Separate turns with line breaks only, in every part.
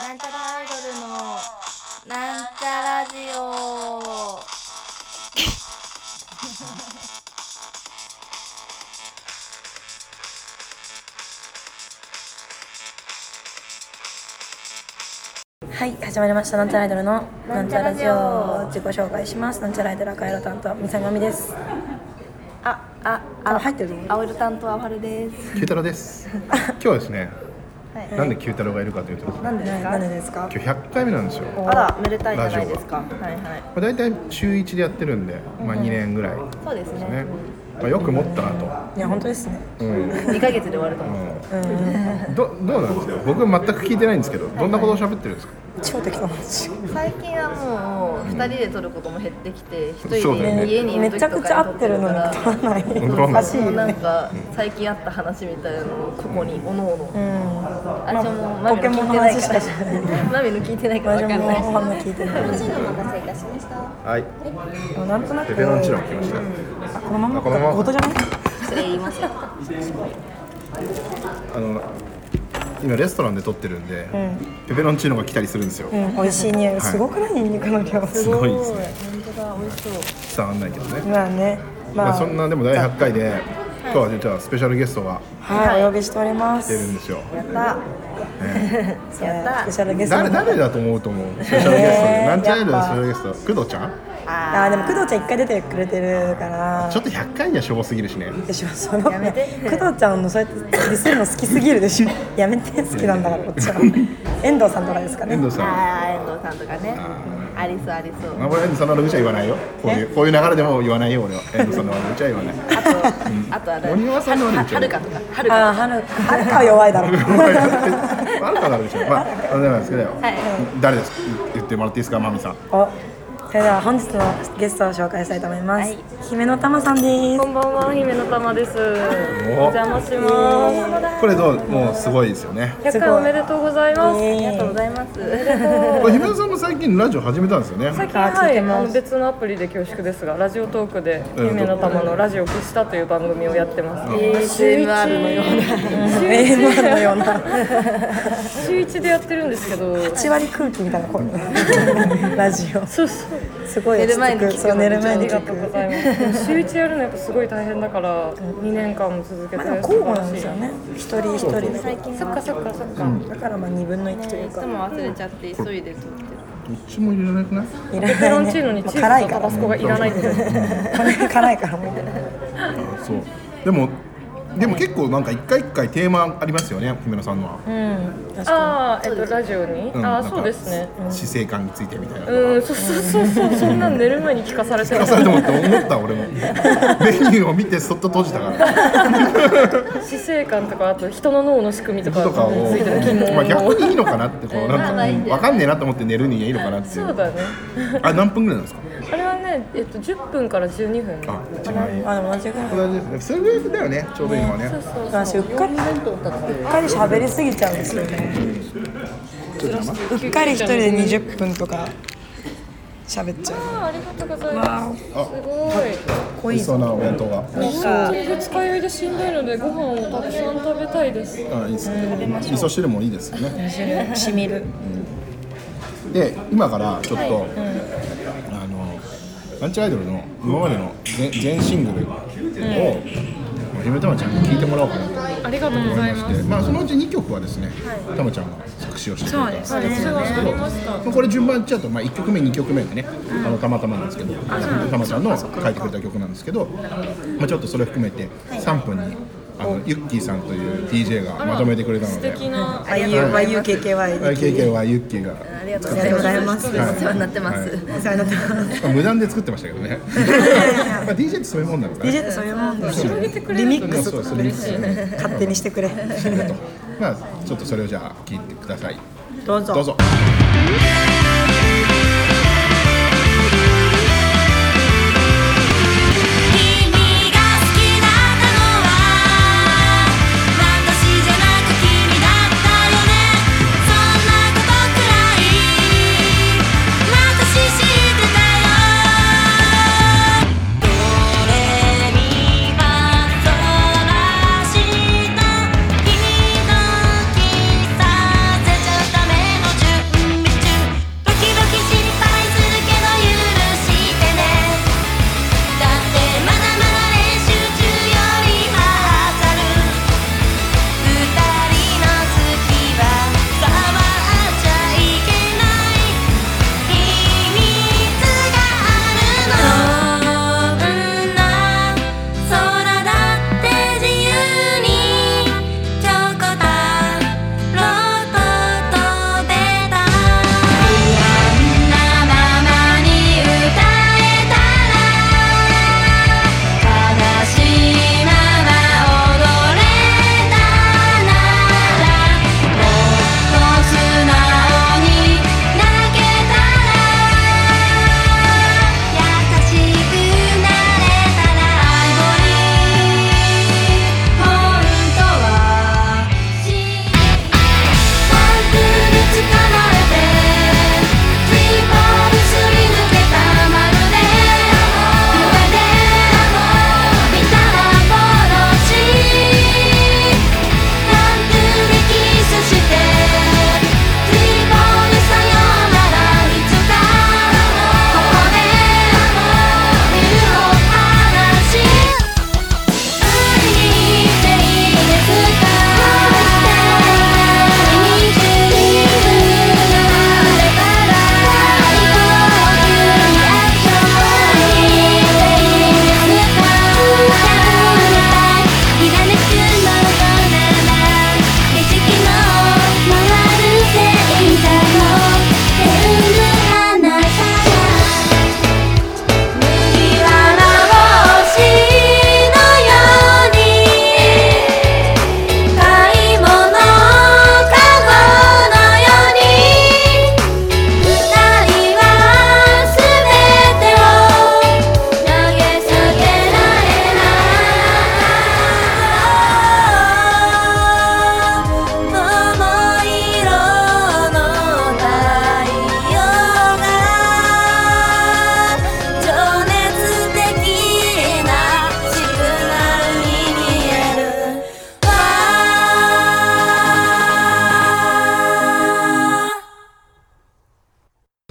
なんちゃらアイドルのなんちゃラジオ
はい始まりましたなんちゃらアイドルのなんちゃラジ
な
オ
んち
自己紹介しますなんちゃらアイドル赤色担当三沢美です
ああ
あ入ってるの
青色担当あはるです
九太郎です。今日はですね、
はい
なんで九太郎がいるかというとですね、
なんでです
なん
か
でですか
今日100回目なんですよ。ま
あらめでたいじゃないですかはいはい
あ、大体週1でやってるんで、まあ、2年ぐらいで
そうです
す
ね
ね。まあ、よく持ったなと。
いや本当ですね
うん
2ヶ月で終わると思う
うんどどうなんですか僕全く聞いてないんですけどどんなことを喋ってるんですか
超適当なんですよ
最近はもう2人で撮ることも減ってきて1人
そうだよ
で
ね
家にいる
め
時
ちゃ
と
くちゃ
か
合
に撮っ
って
て
る
るか
のに
ら
撮らない
当
お
だ
かしい
も
よ
うなん
ね
か最近あった話みたいなのをここにおのおの
うん
私はもうマ
ポ
ミ
ケ
の
モ
聞
ン
いてない
の話し
か
からしない
マミの聞いてないから
私
分かん
も
ない
あ んま聞いてない
はい
でもなんとなく
ペペロンチーノ来ました
あこのまま
あこのまま
ごとじゃない
それ言いますよ
あの今レストランで撮ってるんで、ペペロンチーノが来たりするんですよ、
うん美味しい匂いすごくないニンニクの量
すごいですね
本当だ美味しそう
伝わんないけどね、
まあね
ま
ま
あ、そん
あ
なでも第100回で今日は実はスペシャルゲストが
はいお呼びしておりま
来てるん
す
ですよ
やった
それ
た
スペシャルゲスト
誰
の
誰だと思う と思うスペシャルゲストで、
えー
なんちゃらアイドル
やっ
のス
ぱ
ペシャルゲスト工藤ちゃん
あーでも工藤ちゃん一回出てくれてるから
ちょっと100回にはしょぼすぎるしね
でしょその
やめて
工藤ちゃんのそうやってディスるの好きすぎるでしょやめて好きなんだからこっちは遠藤さんとかですかね
遠藤さん
あー遠藤さんとかねありそうありそう
まあこれ遠藤さんの悪口は言わないよこういうこういう流れでも言わないよ 俺は遠藤さんの悪口は言わない
あと、あとあれ
森山さんの悪口
はるかとかはるか
あーはるかはるかは弱いだろう
あるかなるでしょ。まあ、あれなんですけど、誰ですか。言ってもらっていいですか、まみさん。
おそれでは本日のゲストを紹介したいと思います、姫の玉さんです
こんばんは、姫の玉です。お
お
邪魔しま
これどう、もうすごいですよね。
す。100回おめでとうございます。
えー
ありがとうございます。
これ、ひめさんも最近ラジオ始めたんですよね。
最近
あ聞
はいい、
て
あ
ます
の別のアプリで恐縮ですが、ラジオトークで
うん
姫の玉のラジオ消したという番組をやってます。
ASMR のような
えー、今のような
週一でやってるんですけど、
8割空気みたいな声ラジオ
そうそう。
すごい落
寝る
ち着く
前に聞く
そう寝る前
あ
に
り
聞
がとうご
く
ざいます。週一やるのやっぱすごい大変だから、2年間も続け
まあ
て
でも
素
交
晴
互
ら
なん
し
ですよ
い。
ね一人一人で
そっかそっかそっか。
だからまあ2分の1というか
でも忘れちゃって急いで撮って
どっちも入れられなくない。
いら
ペペロ
ない
ンチーノ
ね
に
まあ
チー
辛
ズ
いか
とタバ
ら
スコがいらないって。
辛いからもう
あそう。でも、でも結構なんか一回一回テーマありますよね、ひめさんのは。
うん確か
ああ、えっとラジオに。
ん
あ
な
あ、
んか
そうですね。
死生観についてみたいな。
うん、そうそうそうそう、そんなん寝る前に聞かされてる。
それでもって思った俺もメニューを見てそっと閉じたから
死生観とか、あと人の脳の仕組みとか
とかを、
ついてる疑問
まあ、逆にいいのかなってこうなんかうんわかんねえなと思って寝るにはいいのかなってい
そう
う
だね。
あ何分ぐらいなんですか
あれはね、えっと、10分から12分。
あ一番いい
にあでも同じぐらい
同じですね。それぐらいだよね。ちょうど今ね。
そうそうそう。
私うっかりうっかり喋りすぎちゃうんですよねうっかり一人で20分とか喋っちゃう
あありがとうございます。すご
美味しそうなお弁当が。
い。結構使い合いでしんどいので、ご飯をたくさん食べたいです。
あ、いいですね。味噌汁もいいですよね。
しみる
で、今からちょっと、あのランチアイドルの今までの全全シングルを、ひめたまちゃんに聞いてもらおうかなと思い
ありがとうござい
ま
ま
し
す。
て、まあそのうち二曲はですね、たまちゃんが作詞をしてくれたやつなんですけど、まあこれ順番に言っちゃうとまあ一曲目二曲目でね、あのたまたまなんですけど、たまちゃんの書いてくれた曲なんですけど、まあちょっとそれ含めて三分に。あのユッキーさんという DJ がまとめてくれたので、
な。
IUYUKKY で
YKK はユッキーが
ありがとうございますお世話になってます、
はい
お世話になってます
まあ無断で作ってましたけどねまあ DJ ってそういうもんだから
DJ ってそういうもんで
広げてく
リ
れる
ミ
と
ッ
ね
クス
そ
と
う
か
それ嬉しいね
勝手にしてくれ
それだとまあちょっとそれをじゃあ聞いてください
どうぞ
どうぞ
「君が好きだったのは私じゃなく君だったよね」「そんなことくらい私知ってたよ」「ドレミファソラシド」「君とキスさせちゃうための準備」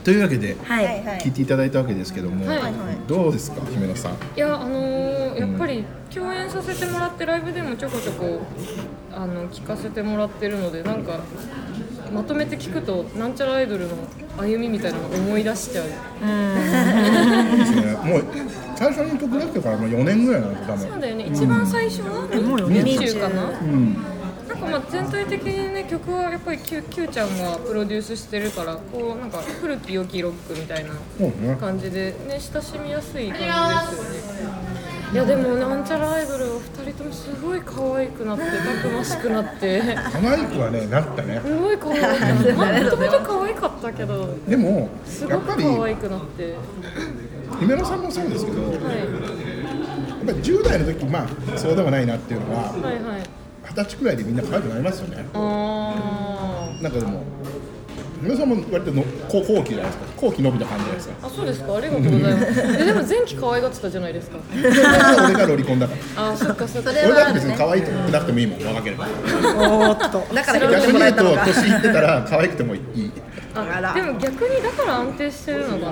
というわけで
はい
聞いていただいたわけですけども、
はいはい
どうですか姫野さん
いやあのーやっぱり共演させてもらってライブでもちょこちょこあの聞かせてもらってるのでなんかまとめて聞くとなんちゃらアイドルの歩みみたいなのを思い出しちゃう
ですねもう最初の曲だっけからもう4年ぐらいなのか多分
そうだよね一番最初は20かな、なんかまあ全体的にね曲はやっぱり Q, Q ちゃんがプロデュースしてるからこうなんか古き良きロックみたいな
そうね
感じでね親しみやすい感じですよねいやでもなんちゃらアイドルお二人ともすごい可愛くなってたくましくなって
可愛くはねなったね
すごい可愛くなってまあもともと可愛かったけど
でも
す
や
ご
っぱ
く
り
可愛くなって
姫野さんもそうですけど、やっ
はい
ぱり10代の時まあそうでもないなっていうのは
はいはい
二十歳くらいでみんな可愛くなりますよね
あ
なんかでも姫野さんも割との後後期じゃないですか後期伸びた感じじゃないですか
ーあそうですかありがとうございますえでも前期可愛がってたじゃないですか
俺がロリコン だから
あそっかそっか
俺だって別に可愛いと思ってなくてもいいもん若ければ
おーっと
だから言っ
逆
ても
に
ら
言
え
う
たの
と
か
年いってたら可愛くてもいい
あでも逆にだから安定してるのか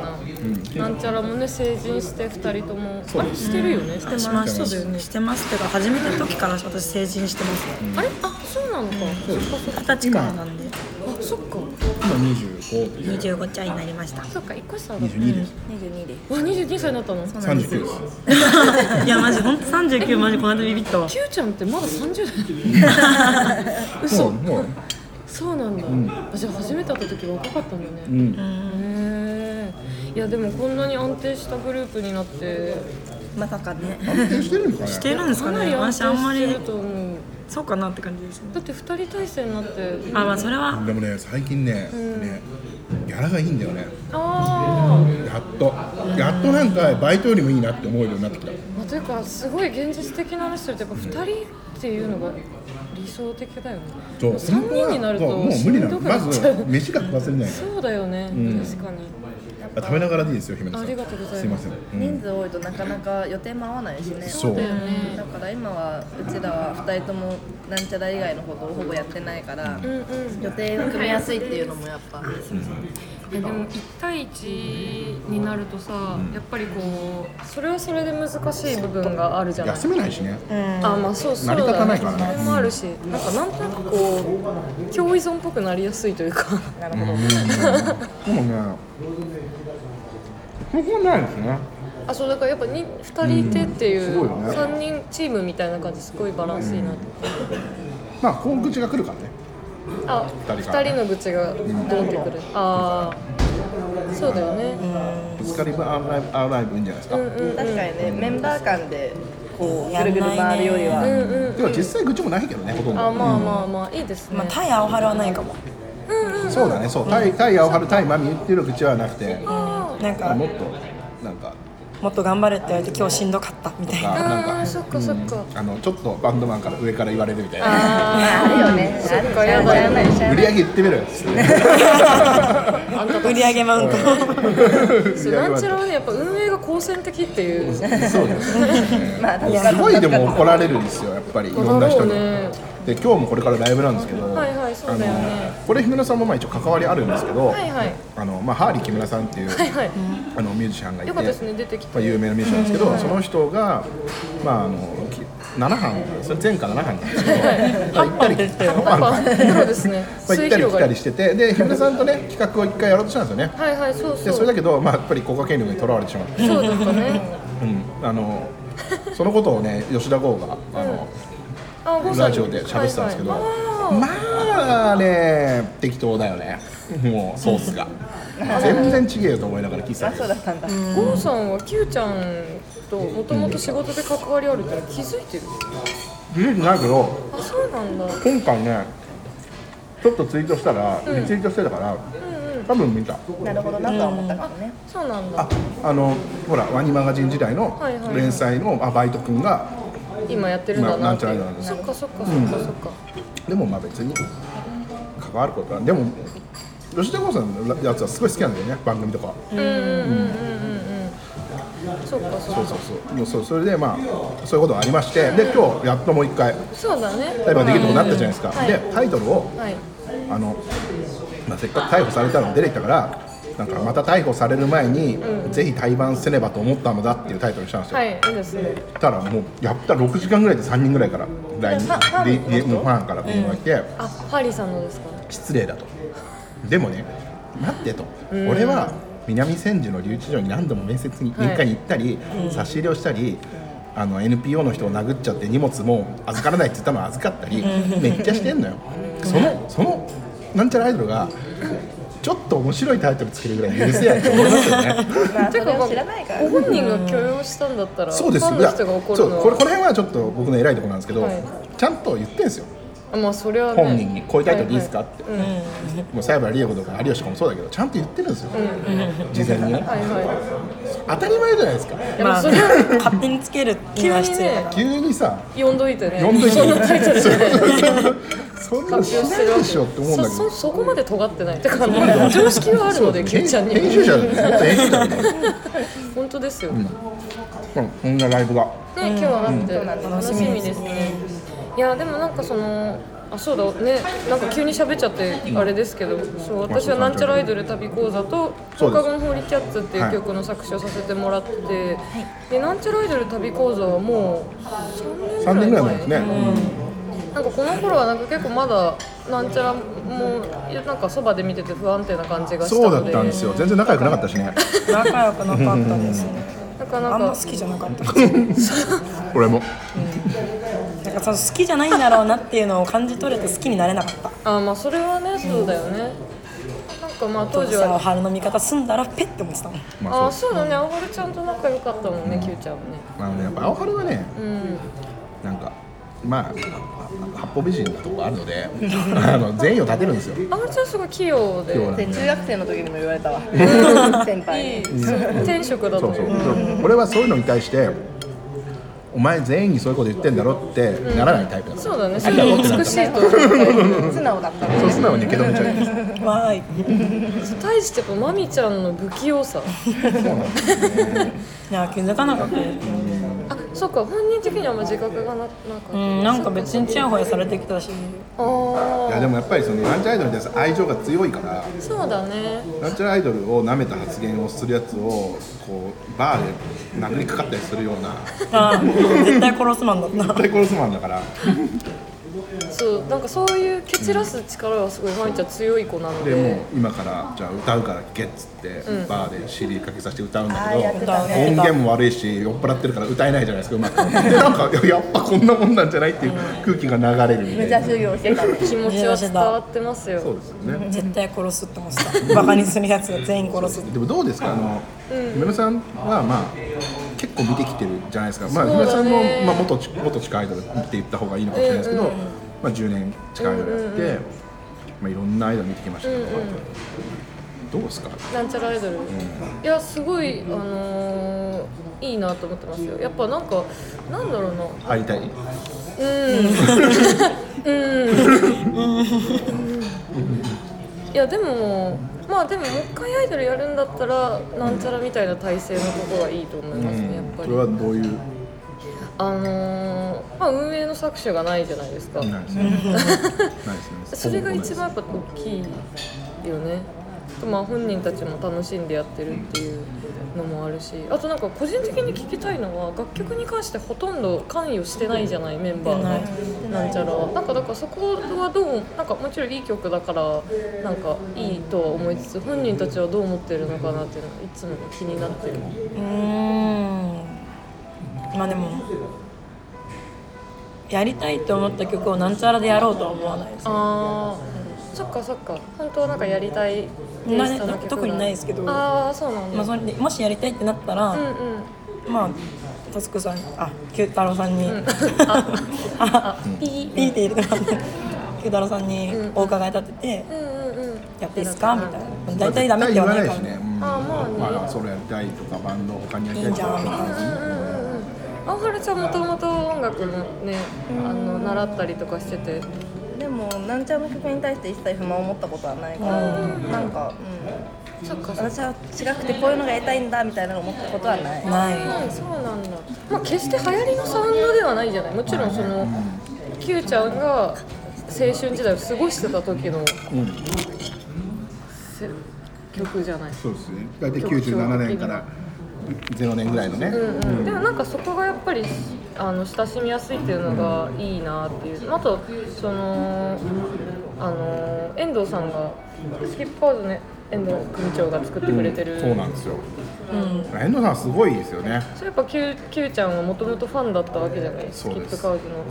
な、なんちゃらもね成人して2人ともあれしてるよね、
してますそうだよねしてますってか始めた時から私成人してますね
あれあそうなのか、
二十歳からなんで
あそっか
今25という
25歳になりました
そっか1個下だ
22です
わ22歳になったの
39です
いやマジ本当三39マジこの間ビビったわ
キューちゃんってまだ30代
そうもう
そうなんだ、あじゃあ初めて会った時若かったんだね、
うん
へえいやでもこんなに安定したグループになって
まさかね
安定してるのか
し
ね
てるんです
か
か
なり
ね
安定
私あんま
して
り
ると思う
そうかなって感じですね
だって2人体制になって
あまあそれは
でもね最近ねねギャラがいいんだよね
ああ
やっとやっとなんかバイトよりもいいなって思えるようになってきた
まあ、というかすごい現実的な話するとやっぱ2人っていうのが理想的だよね
そう
3人になると
もうもう
し
無理
ん
な
ど
の
くな
ま
っちゃう、
ず飯が食わせれないか
そうだよね、確かに
ら食べながらでいいですよ姫野さん
ありがとうございます
すいません、うん
人数多いとなかなか予定も合わないしね
そう
だから今はうちらは2人ともなんちゃら以外のことをほぼやってないから、予定を組みやすいっていうのもやっぱ
えでも1対1になるとさ、やっぱりこうそれはそれで難しい部分があるじゃない
休めないしね、
あまあそうそうだ、ね、
成り立たないからね
それもあるし、なんかなんとなくこう共依存っぽくなりやすいというか
でもねそこはないですね
あそうだからやっぱに2人いてってい
うんすご
う、
いよね
3人チームみたいな感じすごいバランスいいなって、
まあ本口が来るからね
あ、
二
二
人からね
人の愚痴がどうってくる。ああ、そうだよね。
ぶつかりばアーライブアーライブいいんじゃないですか、
確かにねメンバー間でこうぐるぐる回るよりは、
でも実際愚痴もないけどねほとん
あ、
ど
まあまあまあいいですね。
まあタイ青春はないかも
そうだねそうタイタイ青春タイマミっていうの愚痴はなくても
なんか
っとなんか
もっと頑張れって言われて今日しんどかったみたい
あ
な
なん
あ
か
あ、そっかそっか。
あのちょっとバンドマンから上から言われるみたいな
あるよねあるよねやらないし
売り上げ言ってみろよっつってね
売り上げマウント
そうなんちゃらはねやっぱ運営が好戦的っていう。
そうですすごいでも怒られるんですよやっぱりいろんな人に、
だろうね
で今日もこれからライブなんですけど、
はいはいそうだよね
あのこれ姫野さんもまあ一応関わりあるんですけど、
はいはい
あのまあ、ハーリー木村さんっていう、
はいはい。
あのミュージシャンがいて
よかったですね出てきて
まあ、有名なミュージシャンなんですけど、その人が、まあ、あのき7班それ前科7班なんですけど、まあ、行ったり来たり
やっぱそうですね。
まあ行
末
ったり
広
来
が
た
り
り。しててで姫野さんとね企画を一回やろうとしたんですよね
はいはいそう
で
そ
それ
う。
だけど、まあ、やっぱり国家権力にとらわれてしまって、
そうだった ね。
うん、あのそのことをね吉田剛があの、
あ、ゴーさん
ラ
に
ジオで喋ってたんですけど、
はいはい
まあね適当だよねもうソースが全然違えよと思いながら聞いてたんですよ
ゴーさんはキューちゃんともともと仕事で関わりあるっての気づいてる。
気づいてないけど
あ、そうなんだ。
今回ねちょっとツイートしたら、リツイートしてたから、多分見た
なるほどなとは思ったからね、
そうなんだ
あ。あのほらワニマガジン時代の
はいはい
連載の、あバイト君が
今やってるんだ
まあな
なんっ
ち
て
ゃら
い
だね
うそっかそっかそっかそっか、
でもまあ別に関わることはでも吉田剛さんのやつはすごい好きなんだよね番組とか
そっかそっか
そうそうそうもうそうそれでまあそういうことがありましてで今日やっともう一回
そうだね
タイできるようになったじゃないですか、
はい
でタイトルを
はい
あの、まあ、せっかく逮捕されたの出てきたからなんかまた逮捕される前に、ぜひ対バンせねばと思ったのだっていうタイトルにしたんですよ、
はい、いいですね。
たらもうやったら6時間ぐらいで3人ぐらいから LINE
ファン
ででもうファンから電話が来て、
あ、ハリーさんのですか。
失礼だとでもね待ってと、俺は南千住の留置所に何度も面接に
はい
民家に行ったり、差し入れをしたりあの NPO の人を殴っちゃって荷物も預からないって言ったのを預かったりめっちゃしてんのよそのそのなんちゃらアイドルがちょっと面白いタイトルつけるぐらい許せやって思いますよ ね
てか、まあご本人が許容したんだったら、
そうですよ
ファンの人が怒
いや
るの
そう
は。
これこの辺はちょっと僕の偉いところなんですけど、
はい
ちゃんと言ってんですよ
あまあ、それは、ね。
本人にこういうタイトルでいいですかって、
はいはい
もうサイバーリエゴとか有吉とかもそうだけどちゃんと言ってるんですよ、事前にね、
うん、はいは
当たり前じゃないですか
い。でも、
まあ
それは
勝手につけるっていうのは
急に
必要だ
ね
な。
急にさ
呼んどいてね。
呼んどいて
そんなタイトルで、ね。
そんなのしないでしょって思うんだ
そ
け
そ
ど
そこまで尖ってない。だから、ね、常識はあるので、ケ
編
ンちゃんに。
編集者だねもっと演出だね
本当ですよ。ね、
うんこんなライブが
今日はあって、楽しみですね。いや、でも、なんか、その。あそうだね、なんか急に喋っちゃってあれですけど、そう私は「なんちゃらアイドル旅講座」と「
そう
放
です
課後のホーリーキャッツ」ってい
は
う
い
曲の作詞をさせてもらって、で「なんちゃらアイドル旅講座」はもう
3
3
年ぐ
年ぐ
ら
ら
い
い
前
前
ですね、
なんかこの頃はなんか結構まだなんちゃらもうなんかそばで見てて不安定な感じがした
そう
の
だ
で
ったんですよ全然仲良くなかったしね
仲良くなかったですね。
なんか
あ
なん
んま
か
好きじゃなかった。
俺も
なんかその好きじゃないんだろうなっていうのを感じ取れて好きになれなかった。
あまあそれはねそうだよね、なんかまあ当
当
時
時は
は
春の味方すんだらペッて思ってたもん。
ま
あ
あそ
そうだねあばるちゃんと仲良かったもんね Q、ちゃんもね
うあのねやっぱ青春はね
うん
なんかまあ八方美人なとこがあるのであの善意を立てるんですよ
あばるちゃんすごい器用で
器用な
で中学生の時にも言われ たわ先輩
いい
に
転職だと
そそ
いう
う、俺はそういうのに対してお前全員にそういうこと言ってんだろってならないタイプだから、
そ うだねそれが美しいと
素直だった
そう素直に受け止めちゃう
わーい。
対してやっぱまみちゃんの不器用さ
いや気づかなかったよ。
あそっか本人的にはあんま自覚がななかった、
うんなんか別にチヤホヤされてきたし。
あー
いやでもやっぱりそのランチャーアイドルに対する愛情が強いから
そうだね
ランチャーアイドルを舐めた発言をするやつをこうバーで殴りかかったりするような
あー絶対殺すマンだった。
絶対コロスマンだから
そうなんかそういう蹴散らす力はすごいまみちゃん強い子なので
でもう今からじゃあ歌うから聞けっつって、バーで CD かけさせて歌うんだけど音源も悪いし酔っ払ってるから歌えないじゃないですかう まくでなんかいややっぱこんなもんなんじゃないっていう空気が流れるみた
め
い
ちゃ
な
修行してたね
気持ちは伝わってますよ
そうですよね
絶対殺すって思ってた。バカにするやつが全員殺す。
でもどうですかあの、姫野さんはまあ結構見てきてるじゃないですか、まあ、
そう
姫
だね
野さんも、まあ、元ち元地下アイドルって言った方がいいのかもしれないですけど、まあ、10年地下アイドルやって、まあ、いろんなアイドル見てきましたけど、どうですか
なんちゃらアイドル、いやすごいあのーいいなと思ってますよやっぱなんかなんだろうな
入りたい
いやでもまあでももう一回アイドルやるんだったらなんちゃらみたいな体制のことがいいと思いますね、やっぱ
そ
り
れはどういう
あのーまあ運営の作者がないじゃないですか、
ない ですねないですね
それが一番やっぱ大きいよねあとまあ本人たちも楽しんでやってるっていうのもあるしあとなんか個人的に聞きたいのは楽曲に関してほとんど関与してないじゃないメンバーがなんちゃらはなんかだからそこはどうなんかもちろんいい曲だからなんかいいとは思いつつ本人たちはどう思ってるのかなっていうのがいつも気になってる
うーんまあでもやりたいと思った曲をなんちゃらでやろうとは思わないです
あーそっかそっか本当はなんかやりたいテイストの曲
な
が
特にないですけど
ああそうなんだ、
まあ、それでもしやりたいってなったら、
うんうん
まあタスクさんあ九太郎さんに、
あピー
ピーって入れてもらって九太郎さんにお伺い立てて、
うんうんうん
やっていいですかみたいな大体ダメって言わないから、
ね、うん
あまあね
まあ、ソロやりたいとかバンド他にやりたいとか
いいじゃん
青春ちゃんもともと音楽もねあの習ったりとかしてて
でもなんちゃんの曲に対して一切不満を持ったことはないからなんか、うん、
そっかそっか
私は違くてこういうのがやりたいんだみたいなのを思ったことはない
ない
うんそうなんだまあ決して流行りのサウンドではないじゃないもちろんその Q ちゃんが青春時代を過ごしてた時の、せ曲じゃない
そうですね大体97年から0年ぐらいのね、
でもなんかそこがやっぱりあの親しみやすいっていうのがいいなっていうあとそのあの遠藤さんがスキップカードね遠藤組長が作ってくれてる、
そうなんですよ、遠藤さんすごいですよね
そうやっぱ Q, Q ちゃんはもともとファンだったわけじゃないス
そう
キ
で
ッ
す
プカードの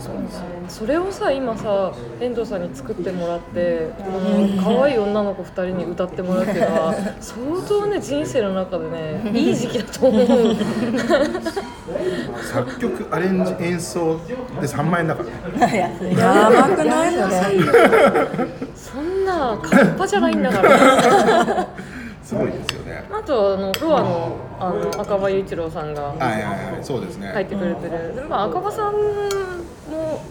それをさ今さ遠藤さんに作ってもらってこの可愛い女の子2人に歌ってもらうっていうのは相当ね人生の中でねいい時期だと思う
作曲アレンジ演奏で3万円だからね
やばくないそれ
そんなカッパじゃないんだ から。
すごいですよね
あとあのロアのあの赤羽雄一郎さんが
はいはいはいそうですね、
入ってくれてる、でまあ、赤羽さんも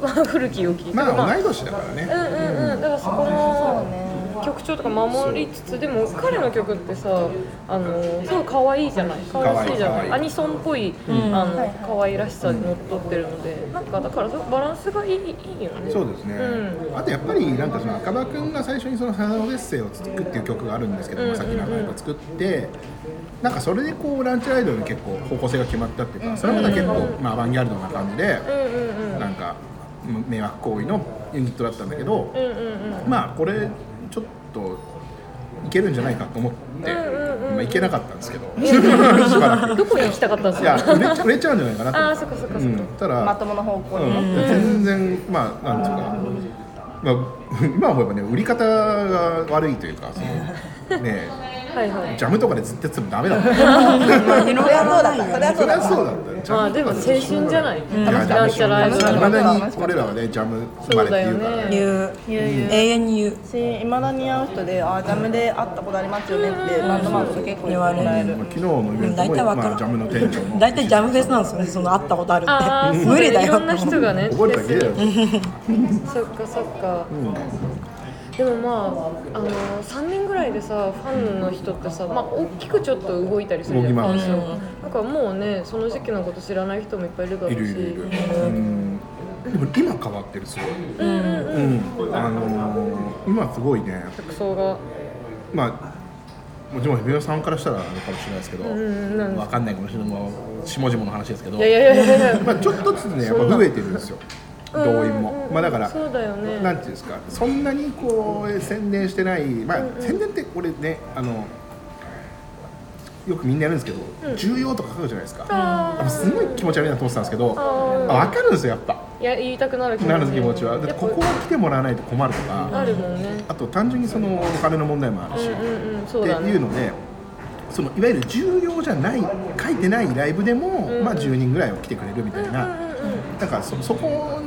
まあ古き良き、
まあ
あ
同い年だから
う
ね、
んうんうんだからそこの曲調とか守りつつでも彼の曲ってさあのすごい可愛いじゃない可愛らしいじゃな
可愛い可愛
い
い
アニソンっぽい、あの可愛らしさにのっとってるので、なんかだからそバランスがいいいいよね
そうですね、
う
あとやっぱりなんかその赤羽君が最初にその「花のオデッセイ」を作るっていう曲があるんですけど、まあさっきの赤羽が作ってなんかそれでこうランチアイドルに結構方向性が決まったっていうかそれまた結構まあアバンギャルドな感じでなんか迷惑行為のユニットだったんだけどまあこれちょっといけるんじゃないかと思ってまあいけなかったんですけど しばらく
どこに行きたかったんです
い
か
や売れ売れちゃうんじゃないかなと
あ
思
あ
って
そっかそっかそっ
う
か、
んただ
まともな方向にね、
うん、全然まあなんつうか、まあ、今思えばね売り方が悪いというかそのね
はいはい
ジャムとかでずっとやっててもダメだった
それはそうだったそれは
そりゃそうだったジャム
まあでも青春じゃない、
いや
なんちゃらアイドル
いまだに俺らはねジャム生まれっていうからね
言う永遠に言う
私いまだに会う人で「あジャムで会ったことありますよね」ってバンドマンとか結構言われる
まあ昨日のイベント
大
も、
体わかる
まあ、ジャムの店長も
大体ジャムフェスなんですよねその会ったことある
ああ
って無理だ
い
よ
ろ
っ
ん
て
な
思う
人がね
覚えただけだよ
そっかそっか、でもまああの3年ぐらいでさファンの人ってさ、まあ、大きくちょっと動いたりするじゃん
動き回る
そうなんかもうねその時期のこと知らない人もいっぱいいるだろ
いう
し
るいるいる、うん、でも今変わってるすごい、うんあのー今すごいね
服装が
まあもちろんヘビオさんからしたらあれかもしれないですけど、わ
んなん
かんないかもしれないもう下々の話ですけど
いやいやいやいやいや
まあ、ちょっとずつねやっぱ増えてるんですよ動員
うんうん
も
う。ん
まあ、だから
そうだよね
なんていうんですかそんなにこう宣伝してない、まあ、宣伝ってこれねあのよくみんなやるんですけど、重要とか書くじゃないですか、あのすごい気持ち悪いなと思ってたんですけど、あ分かるんですよやっぱ
いや言いたくなる気持ち
なる気持ちはだっ
や
て
っぱ
ここ来てもらわないと困るとか、
あるもんね
あと単純にそのお金の問題もあるし、
うんうんそうだ
ってい
ね
うので、そのいわゆる重要じゃない書いてないライブでも、まあ、10人ぐらいは来てくれるみたいな、だからそそこ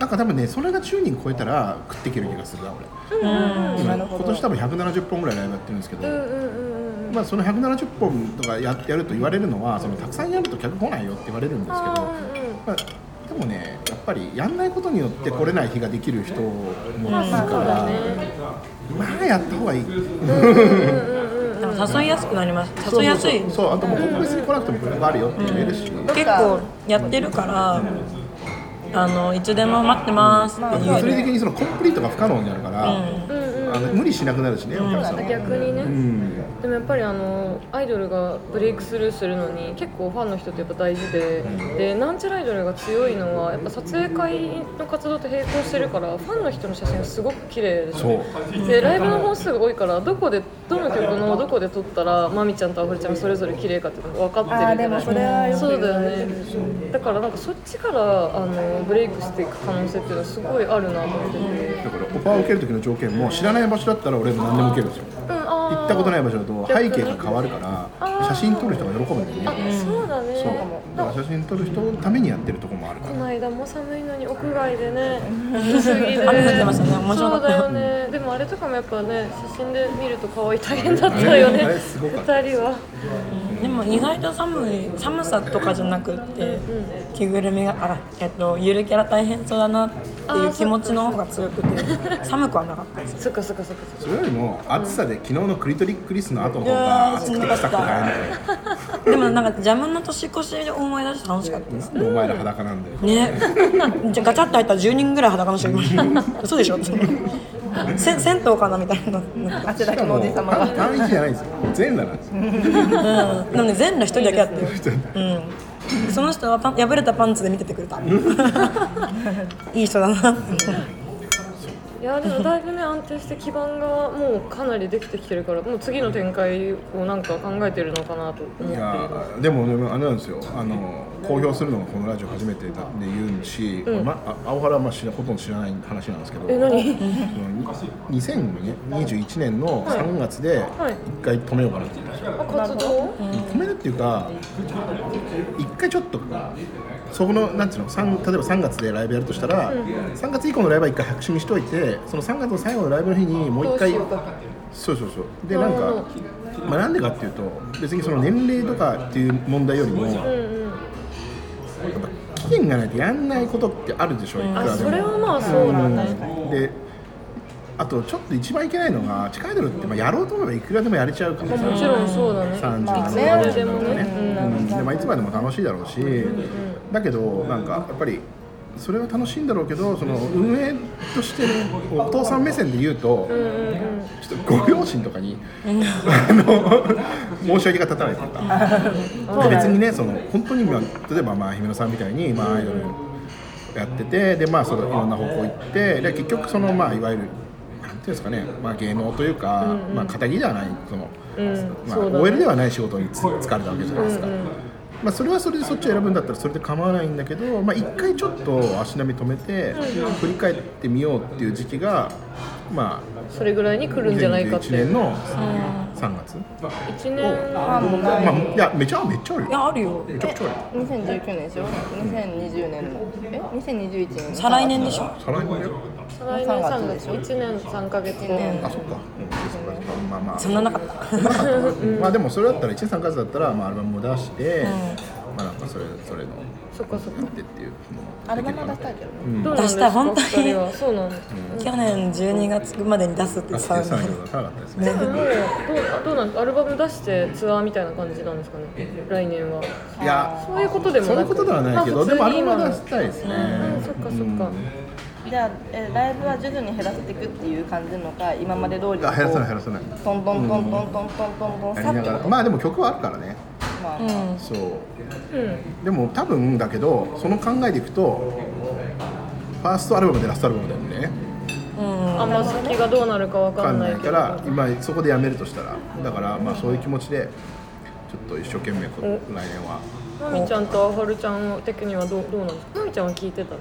なんか多分ねそれが10人超えたら食っていける気がするな俺、今今年多分170本ぐらいライブやってるんですけど、まあ、その170本とかややると言われるのはそのたくさんやると客来ないよって言われるんですけど、まあ、でもねやっぱりやんないことによって来れない日ができる人もいるから、まあやった方がいい。
でも誘いやすくなります誘いやすい
そうあともう特別に来なくてもここがあるよって言えるし、
結構やってるからあのいつでも待ってますっていう
物理的にそのコンプリートが不可能になるから、あの無理しなくなるしね、お客さんは
逆にね、でもやっぱりあのアイドルがブレイクスルーするのに結構ファンの人ってやっぱ大事で、でなんちゃらアイドルが強いのはやっぱ撮影会の活動と並行してるからファンの人の写真がすごく綺麗でしょでライブの本数が多いからどこでどの曲のどこで撮ったらまみちゃんとあふれちゃんがそれぞれ綺麗かっていうのが分かってるじゃないですかそうだよねだからなんかそっちからあのブレイクしていく可能性っていうのはすごいあるなと思ってて、
だからオファーを受ける時の条件も知らない場所だったら俺も何でも受けるんですよ、
あー
行ったことない場所だと背景が変わるから写真撮る人が喜ぶんだよね
あそうだね
そうだから写真撮る人のためにやってるとこもあるか
こ
ら
の間も寒いのに屋外 でね、薄着で、
雨降ってましたね面白かった
そうだよね。でもあれとかもやっぱね、写真で見ると可愛い大変だったよね。
あれあれ
二
すご
人
かった
は。
でも意外と寒い寒さとかじゃなくって着ぐるみがあ、えっと、ゆるキャラ大変そうだなっていう気持ちの方が強くて寒くはなかったです
そっかそっかそっか。
それよりも暑さで昨日のクリトリックリスの後の方が暑くて臭くて大変だか
でもなんかジャムの年越しで思い出して楽しかったです
らお前ら裸なんで
ねじゃガチャッと入ったら10人ぐらい裸の人いました嘘でしょせ銭湯かなみたいななんか
汗だくのおじさまが
単一じゃないんですよ全裸なんですよ
うんなので全裸一人だけだったようんでその人はパン破れたパンツで見ててくれ たいい人だなって
いやでもだいぶね安定して基盤がもうかなりできてきてるからもう次の展開をなんか考えてるのかなと思って
い
いる
やーでもでもあれなんですよあの公表するのがこのラジオ初めてだって言うし、まあ、青原はまあ知らほとんど知らない話なんですけど
え何
そのに2021年の3月で
はい
一回止めようかなって言ったんですよ
あ活動
止めるっていうか一回ちょっとそこのなんていうの三例えば3月でライブやるとしたら、3月以降のライブは一回白紙にしといてその3月の最後のライブの日にもう一回そうそうそうでなんか、まあ、なんでかっていうと別にその年齢とかっていう問題よりも、やっぱ期限がないとやんないことってあるでしょ、いくらで
あ
も。
それはまあそうだね
であとちょっと一番いけないのが地下アイドルってまあやろうと思えばいくらでもやれちゃうからさ
もちろんそうだ
30
ねいつ
ま
まででもね
うんでまあ、いつまでも楽しいだろうし、だけどなんかやっぱりそれは楽しいんだろうけどその運営としてねお父さん目線で言うと、ちょっとご両親とかに、あの申し訳が立たないというかで別にねその本当に、まあ、例えば、まあ、姫野さんみたいに、まあ、アイドルやっててで、まあ、そのいろんな方向行ってで結局その、まあ、いわゆる。なんていうんですかね、まあ、芸能というか、まあ、仇ではないその、まあ
そうだね
OL ではない仕事につ疲れたわけじゃないですか、まあ、それはそれでそっちを選ぶんだったらそれで構わないんだけどまあ、一回ちょっと足並み止めて振り返ってみようっていう時期がまあ
それぐらいに来るんじゃないかって
2021年
1
の3月
年
まあ、いやめちゃめちゃあ
い
るよ
やあるよ
めちゃくちゃあ
2019年でしょ2020年のえ2021年の
再来年でしょ
る再来年だよ
再来年3月1年3ヶ月後
あそっか、うん、まあまあ
そんななかった
まあでもそれだったら1年3月だったら、まあ、アルバムも出して、まあなんかそれそれの
そっかそっか
ってっていうのも
アルバム出したいけどね
どうなんです
出した
か
い本当に
二人はそうなの
去年12月までに出すって言ってた
作
の
成
に
産業が高かったですね
でももうどうどうなんですかアルバム出してツアーみたいな感じなんですかね来年はい
や
そういうことでも
そうい
な
うこ
く
とではないけど
あ普
で
通に
もアル
今
バ
の
ム出したいですね
うんそっかそっか
じゃあえライブは徐々に減らしていくっていう感じのか今まで通り
あ減らさない減ら
さ
さない
トントントントントントントントン
や
さ
りな
っ
が
と
らまあでも曲はあるからね
まあ
そう
うん
でも多分だけどその考えでいくとファーストアルバムでラストアルバムだよね
あんま先がどうなるかわ
分
か
か
ん
ん
な
ないい
け
か
ど
ら今そこでやめるとしたらだからまあそういう気持ちでちょっと一生懸命こ来年は
なみちゃんとあはるちゃん的にはどうどうなんですかなみちゃんは聞いてたの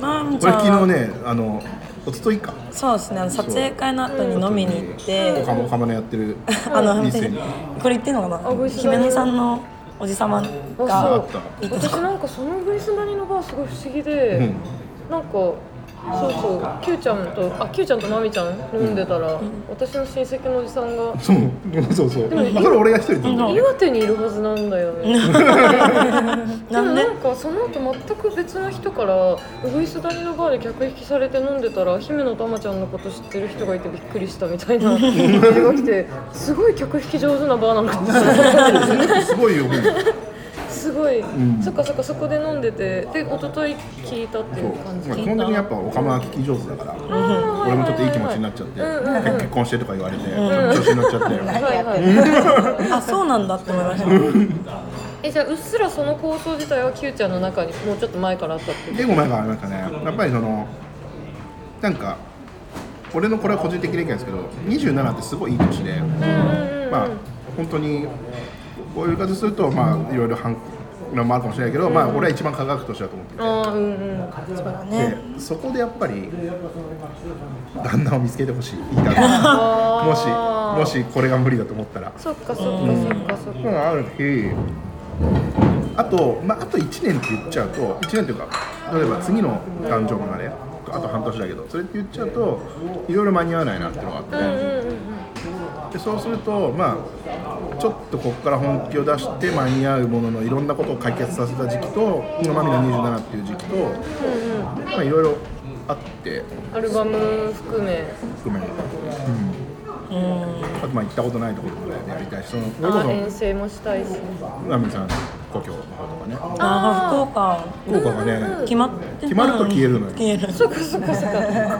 まあみち
これ
ゃんは
昨日ねあのおとといか
そうですねあの撮影会の後に飲みに行って
岡本岡のやってる
あの本当
店
に
に
これ言ってんのか
あご
な
一緒だ
姫野さんのおじさま
あ
が
あった
いた
私なんかそのブリスバニのバーすごい不思議で、
うん
なんかそうそう Q ちゃんとあ Q ちゃんとまみちゃん飲んでたら、私の親戚のおじさんが
そうそうそう
も
まあそれ俺が一人で飲んだ
岩手にいるはずなんだよね でも
なんで
なんかその後全く別の人からウグイス谷のバーで客引きされて飲んでたら姫野とあまちゃんのこと知ってる人がいてびっくりしたみたいなメールが来てすごい客引き上手なバーなのかって
すごいよ
すごい、そっかそっかそこで飲んでてで一昨日聞いたっていう感じ
まあ、基本的にやっぱ岡村は聞き上手だから、俺もちょっといい気持ちになっちゃって、結婚してとか言われて、調子になっちゃって、
はいはい、
あそうなんだって思いました
えじゃあうっすらその構想自体は Q ちゃんの中にもうちょっと前からあったっていう
でも前からなんかねやっぱりそのなんか俺のこれは個人的な意見ですけど27ってすごいいい年で、まあ本当にこういう形するとまあいろいろ反論もあるかもしれないけど、まあ俺は一番輝く年だと思ってて。
ああうんうん
でそこでやっぱり旦那を見つけてほしいいい旦 那もしもしこれが無理だと思ったら
そっかそっかそっかそっ
そういうのあるしあと、まあ、あと1年って言っちゃうと1年というか例えば次の誕生日まであと半年だけどそれって言っちゃうといろいろ間に合わないなっていうのがあって、でそうするとまあちょっとここから本気を出して間に合うもののいろんなことを解決させた時期と今までの27っていう時期と、まあ、いろいろあって
かアルバム含め
含め、うんあとまあ行ったことないところとかでやりたいしそのそれこ
あ
そ
遠征もしたいし
ラミさん故郷の方とかね
あー福岡
福岡がね
決まって
決まると消えるのよ
消える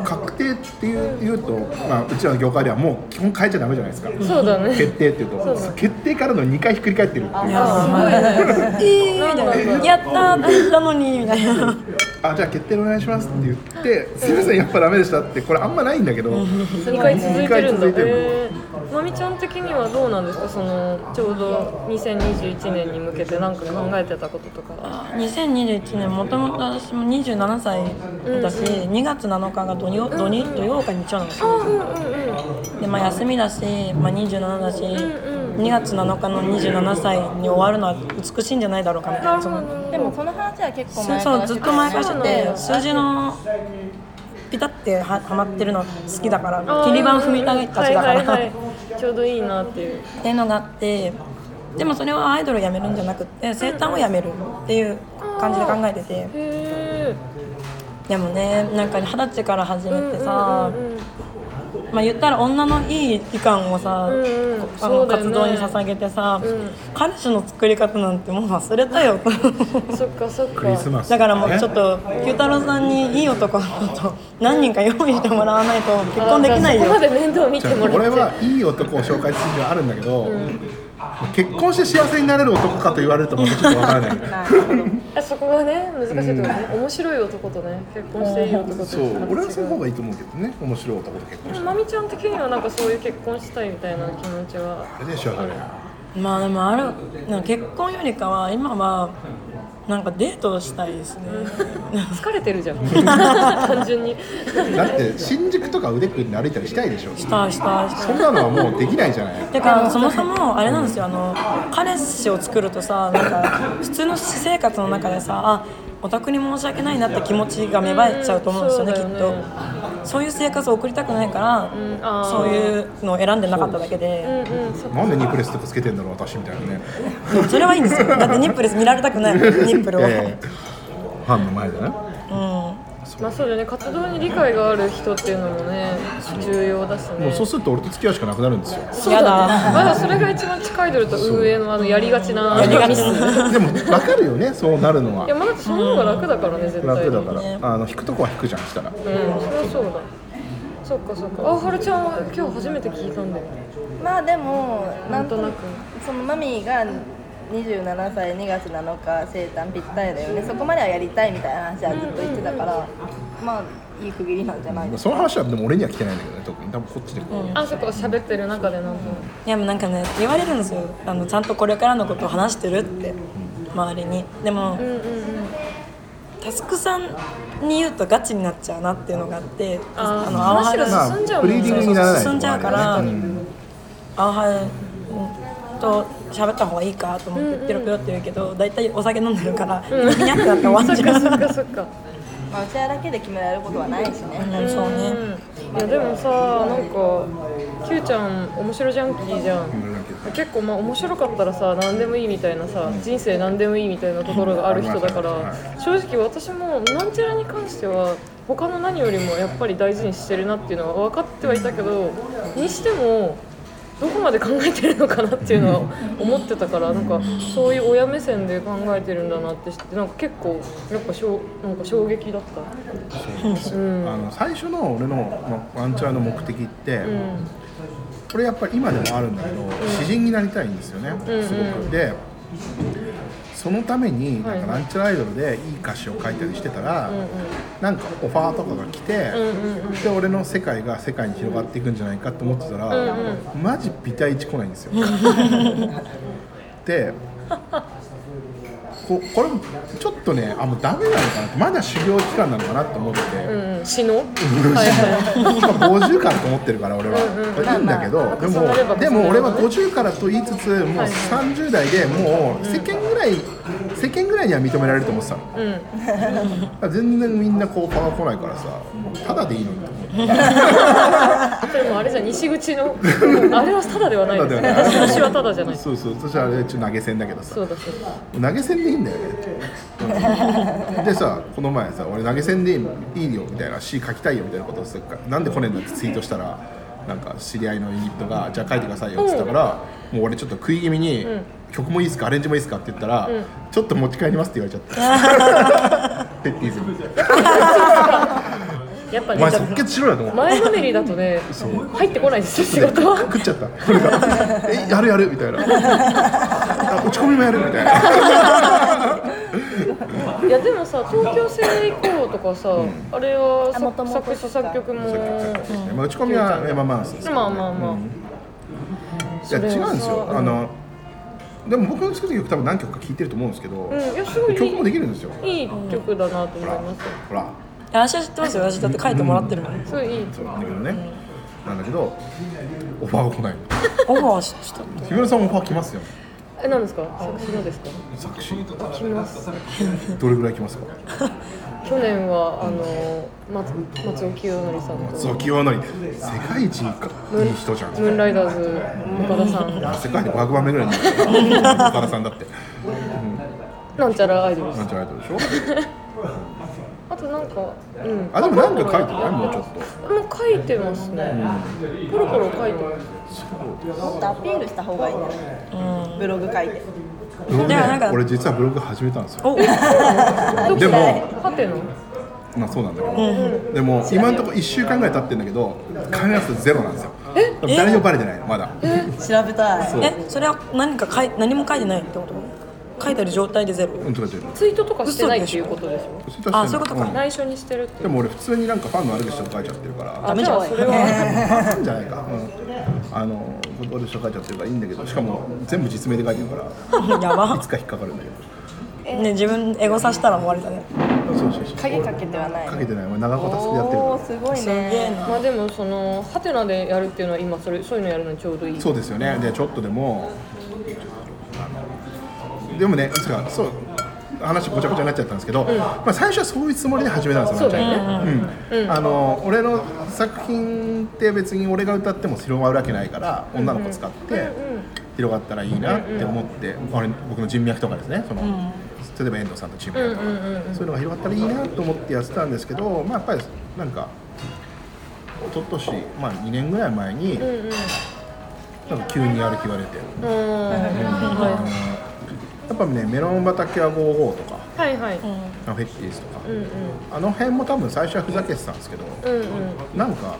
確定っていう言うと、まあ、うちらの業界ではもう基本変えちゃダメじゃないですか
そうだね
決定っていうと決定からの2回ひっくり返ってるっていう
いやすごいねえーみたいなやったーって言ったのにみたい な
あじゃあ決定お願いしますって言ってすいませんやっぱダメでしたってこれあんまないんだけど
2回続いてるんだ
二回続いてる
えーまみちゃん的にはどうなんですかそのちょうど2021年に向けて何か考えてたこととか
2021年もともと私も27歳だし、2月7日が土曜土日土曜か日曜なんですよ、でまあ休みだし、まあ、27だし、2月7日の27歳に終わるのは美しいんじゃないだろうかみたいなその
でもこの話は結構
そう
前
そ
か
う
ら
ずっと前からしてて
そう
数字のピタってははまってるの好きだから切り板踏みたいたちだから、
はいはいはい、ちょうどいいなっていう
っていうのがあってでもそれはアイドルを辞めるんじゃなくって生誕を辞めるっていう感じで考えてて。
へ
でもねなんか二十歳から始めてさ、
うんうん
まあ言ったら女のいい時間をさ、
んうん
こあ
そ
の
うだよ
活
ね
動に捧げてさ、彼氏の作り方なんてもう忘れたよ
そっかそっか
クリスマス
だからもうちょっと九太郎さんにいい男のと何人か用意してもらわないと結婚できないよ
そこまで面倒見
じ
て
ゃあ
もらって
俺はいい男を紹介する必要あるんだけど、結婚して幸せになれる男かと言われるとまたちょっとわからない
あそこがね難しいとこね、面白い男とね結婚していい男と
そう俺はその方がいいと思うけどね面白い男と結婚して
まみちゃん的にはなんかそういう結婚したいみたいな気持ちは
あれでしょあれ
まあでもあるなんか結婚よりかは今はなんかデートをしたいですね、
疲れてるじゃ ん単純に
だって新宿とか腕組んで歩いたりしたいでしょ
したいしたいしたい
そんなのはもうできないじゃない
てかそもそもあれなんですよあの彼氏を作るとさなんか普通の私生活の中でさあお宅に申し訳ないなって気持ちが芽生えちゃうと思うんですよね,、
うんそうだよね
きっとそういう生活を送りたくないから、
んあー
そういうのを選んでなかっただけで、
うんそ
なんでニプレスとかつけてんだろう私みたいなね
でもそれはいいんですよだってニップル見られたくないもんニップルを、
ええファンの前でね
まあそうだよね活動に理解がある人っていうのもね重要だしね
もうそうすると俺と付き合うしかなくなるんですよ
やだ
まだそれが一番近いドルと運営のあのやりがちな
りがち
ミスい
でも分かるよねそうなるのは
やまあだってその方が楽だからね絶対
楽だからあの引くとこは引くじゃんしたら
うんそれはそうだそっかそっかあはるちゃんは今日初めて聞いたんだよ
まあでもなんとな
なん
く
と
そのマミーが27歳2月7日生誕ぴったりだよねそこまではやりたいみたいな話はずっと言ってたからまあいい区切りなんじゃないです
その話はでも俺には来てないんだけどね特に多分こっちでこう
あそっか喋ってる中でなんか
いやもうなんかね言われるんですよあのちゃんとこれからのことを話してるって周りにでも、タスクさんに言うとガチになっちゃうなっていうのがあって
あー
の青春
話が進んじゃうも
まあブリ
んね
ーディングにならない
進んじゃうから、
うん
アオハルと喋った方がいいかと思ってペロペロって言うけど大体、お酒飲んでるからニヤってなって終わっちゃう
そっかそっか
まあうちらだけで決められることはないしね
うんそうね
いやでもさなんか Q ちゃん面白ジャンキーじゃん結構まあ面白かったらさ何でもいいみたいなさ人生何でもいいみたいなところがある人だか
は
ら正直私もなんちゃらに関しては他の何よりもやっぱり大事にしてるなっていうのは分かってはいたけどにしてもどこまで考えてるのかなってい うのは思ってたからなんかそういう親目線で考えてるんだなって知ってなんか結構やっぱしょうなんか衝撃だった。
あの最初の俺のまワンチャンの目的って、これやっぱり今でもあるんだけど、詩人になりたいんですよね、すごく。でそのためになんかランチャーアイドルでいい歌詞を書いたりしてたら、なんかオファーとかが来て、で俺の世界が世界に広がっていくんじゃないかって思ってたら、マジビタイチ来ないんですよ。 でここれちょっとねあもうダメなのかなってまだ修行期間なのかなって思ってて、
うん、死の
今50からと思ってるから俺は、いいんだけど、で
重なれば重なれば
もでも俺は50からと言いつつもう30代でもう世間ぐらい、世間ぐらいには認められると思ってたの、だから全然みんなこうパワー来ないからさもうただでいいのにと思って
それもあれじゃん西口の あれはただではないですね
ただではない
私はただじゃないそ
そうそうそしたらあれちょっと投げ銭だけどさ
うだそうだ
投げ銭でいいんだよねでさこの前さ俺投げ銭でいいのいいよみたいな詩書きたいよみたいなことをするからなんで来ねえんだってツイートしたらなんか知り合いのユニットが「じゃあ書いてくださいよ」っつったから、もう俺ちょっと食い気味に、曲もいいですかアレンジもいいですか?」って言ったら、ちょっと持ち帰ります」って言われちゃったペッティーズに
やっぱ
お
ね
前
じゃ
即決しろよと思って
前のめりだとね入ってこないですよ仕事は
食っちゃった俺が「えやるやる」みたいなあ「落ち込みもやる」みたいない
やでもさ東京生以降とかさ、あれは
あ元
作
々
作詞作曲も
まあ打ち込みはまあまあですけどね
まあまあまあ
うんいや
それは
違
さ
うんですよあのでも僕の作った曲多分何曲か聴いてると思うんですけど
うんいやすごいいい
曲もできるんですよ
いい曲だなと思います
ほら
私は知ってますよ私だって書いてもらってるもん
すごいいい
そうなんだけどねなんだけどオファーが来ない
オファーはしちょっ
木村さんオファー来ますよ
え何ですか作詞のですか
作詞
来ます
どれぐらい来ますか
去年はあの松松尾清則さん
そう
と
清則世界一いい人じゃん
ムーンライダーズ岡田さん
世界で500番目ぐらいに岡田さんだって
なんちゃらアイドルです
なんちゃらアイドルでしょ
あとなんかうん
あでもなんか書いてないもうちょっと
もう書いてますねコロコロ書いてます
もっとアピールした方がいいんじゃない、ブログ書いて
ブログ
い
ね
やなんか
俺実はブログ始めたんですよ
とお
でも
ハテナ
まあそうなんだけどでも今のところ1週間ぐらい経ってんだけど関連数ゼロなんですよ誰にもバレてないのまだ
調べたい
えそれは何か書い何も書いてないってこと書いてある状態でゼロ
うんとか言ってる
ツイートとかしてないっていうことでしょ
ツイートは
あ
して
そ
ん
ういうこ
の
とか
ん
内緒にしてるってい
で
う
も俺普通になんかファンの悪口とか書いちゃってるから
あじゃあそれは
あんじゃないか、うん、あの俺と書いちゃってるからいいんだけどしかも全部実名で書いてるから
やば
いつか引っかかるんだけど
ね自分エゴさしたら終わりだね
そうそうそう
鍵かけてはない
かけてない俺長子タスクでやってるか
おお
ら
ーすごい
すげえ
ね
な
まあでもそのハテナでやるっていうのは今それそういうのやるのにちょうどいい
そうですよねでちょっとでもあのでもねつうかそう話ごちゃごちゃになっちゃったんですけど、まあ、最初はそういうつもりで始めたんですよ、
そうだ
なんちゃんねうんあの俺の作品って別に俺が歌っても広まるわけないから女の子使って広がったらいいなって思って、これ僕の人脈とかですねその、例えば遠藤さんとチームとか、そういうのが広がったらいいなと思ってやってたんですけど、まあ、やっぱりなんか一昨年、まあ、2年ぐらい前に。なんか急にやる気言われて、
うんは
やっぱねメロン畑は55とか
いはいはい
フェッティーズとか、あの辺も多分最初はふざけてたんですけど、
うんうん
なんか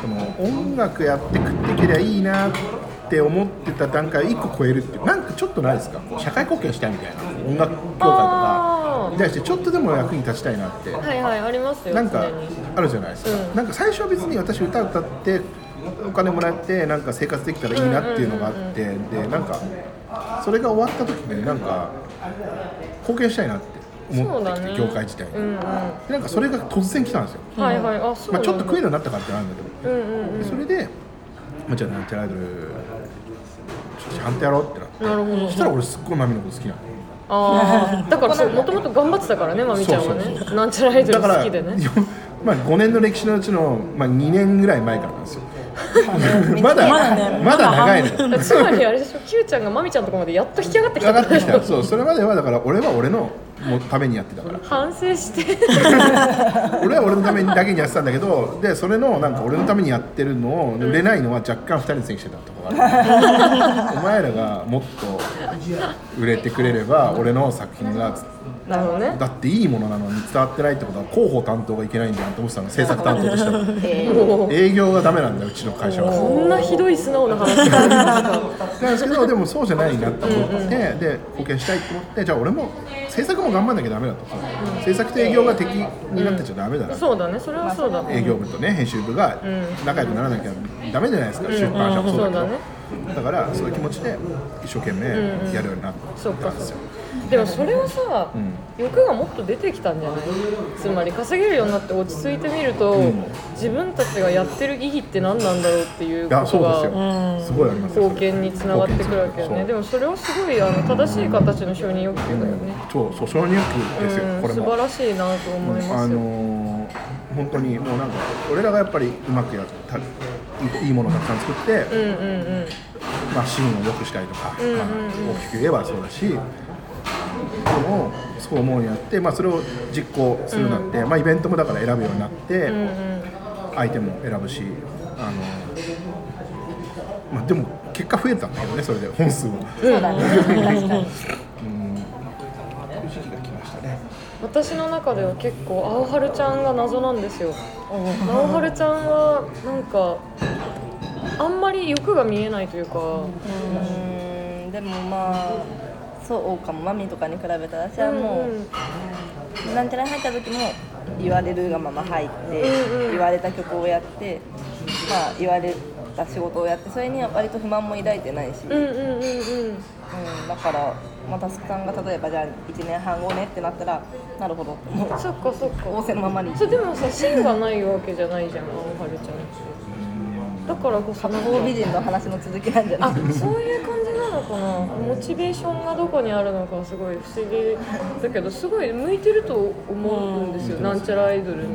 その音楽やって食ってけりゃいいなって思ってた段階を1個超えるっていうなんかちょっとないですかこう社会貢献したいみたいな音楽協会とか
あー
に対してちょっとでも役に立ちたいなって
はいはいありますよ
なんか
常に
あるじゃないですか、なんか最初は別に私歌歌ってお金もらってなんか生活できたらいいなっていうのがあって、でなんかそれが終わった時になんか貢献したいなって思
そ
って
うだ
きて、
ね
業界自体に、
うんうんは
でなんかそれが突然来たんですよ、
いはいあそう
まあ、
なん
ち
だ
ょっと食えるようになったからってあるんだけど、
うんうん
でそれで「まあ、じゃあなんちゃらアイドルちょっとちゃんとやろう」ってなって
なるほど
そしたら俺すっごいマミのこと好きなの。
ああだからそうもともと頑張ってたからねまみちゃんは
そうそう
ねなんちゃらアイド
だ
ル
から、
好きでね
よまあ、5年の歴史のうちの、まあ、2年ぐらい前からなんですよ。まだ、
まだね
まだ長いの、
だからつまりあれでしょ Q ちゃんがまみちゃんとこまでやっと引き上がってき
上
た
がってきた。そう、それまではだから、俺は俺のもためにやってたから。
反省して
俺は俺のためにだけにやってたんだけど、で、それの、なんか、俺のためにやってるのを、売れないのは、若干二人のせいにしてたとこがある。お前らがもっと売れてくれれば、俺の作品が。
なるほどね
だっていいものなのに伝わってないってことは広報担当がいけないんだなって思ってたの制作担当としては
もう
営業がダメなんだうちの会社は
こんなひどい素直な話があるん だ
なんですけどでもそうじゃないなと思って、で貢献したいと思ってじゃあ俺も制作も頑張んなきゃダメだと、制作と営業が敵になってちゃダメだな、
そうだねそれはそうだ
営業部とね編集部が仲良くならなきゃダメじゃないですか、出版社もそうだけど、
うん
だからそういう気持ちで一生懸命やるようになっ
そったか
んです
そ
よ、
っかでもそれはさ、
ん
欲がもっと出てきたんじゃないつまり稼げるようになって落ち着いてみると、
ん
自分たちがやってる意義って何なんだろうっていう
いや
こ
そ
と
うですよ、
が
すごいありますよ
貢献につながってくるわけよねで
も
もそれはすごいあの正しい形の承認欲求だよね、
そうそう承認欲ですよ、
うん
これ
素
も
晴らしいなと思いますよ、
あのー本当にもうなんか俺らがやっぱりうまくやったいいいものをたくさん作って、
うんうんうん
まあ、シーンを良くしたりとか、まあ大きく言えばそうだしでもそう思うようになって、まあ、それを実行するようになって、まあ、イベントもだから選ぶようになって、アイテムも選ぶしあのまあ、でも結果増えたんだよねそれで本数も
そうだね確かに
私の中では結構青春ちゃんが謎なんですよ青春ちゃんはなんかあんまり欲が見えないというか
うーんでもまあそうかもマミとかに比べたら私はもう、
うん
なんちゃらに入った時も言われるがまま入って、
うんうん
言われた曲をやってまあ言われた仕事をやってそれには割と不満も抱いてないし、
うんうんうんうん
うんだから、まあ、タスクさんが例えばじゃあ1年半後ねってなったらなるほどって思う
そっかそっか
仰せのままに
それでもさ芯がないわけじゃないじゃん青春ちゃんだからこそなんか
もう美人の話の続きなんじゃない
あそういう感じなのかなモチベーションがどこにあるのかはすごい不思議だけどすごい向いてると思うんですよなんちゃらアイドルに。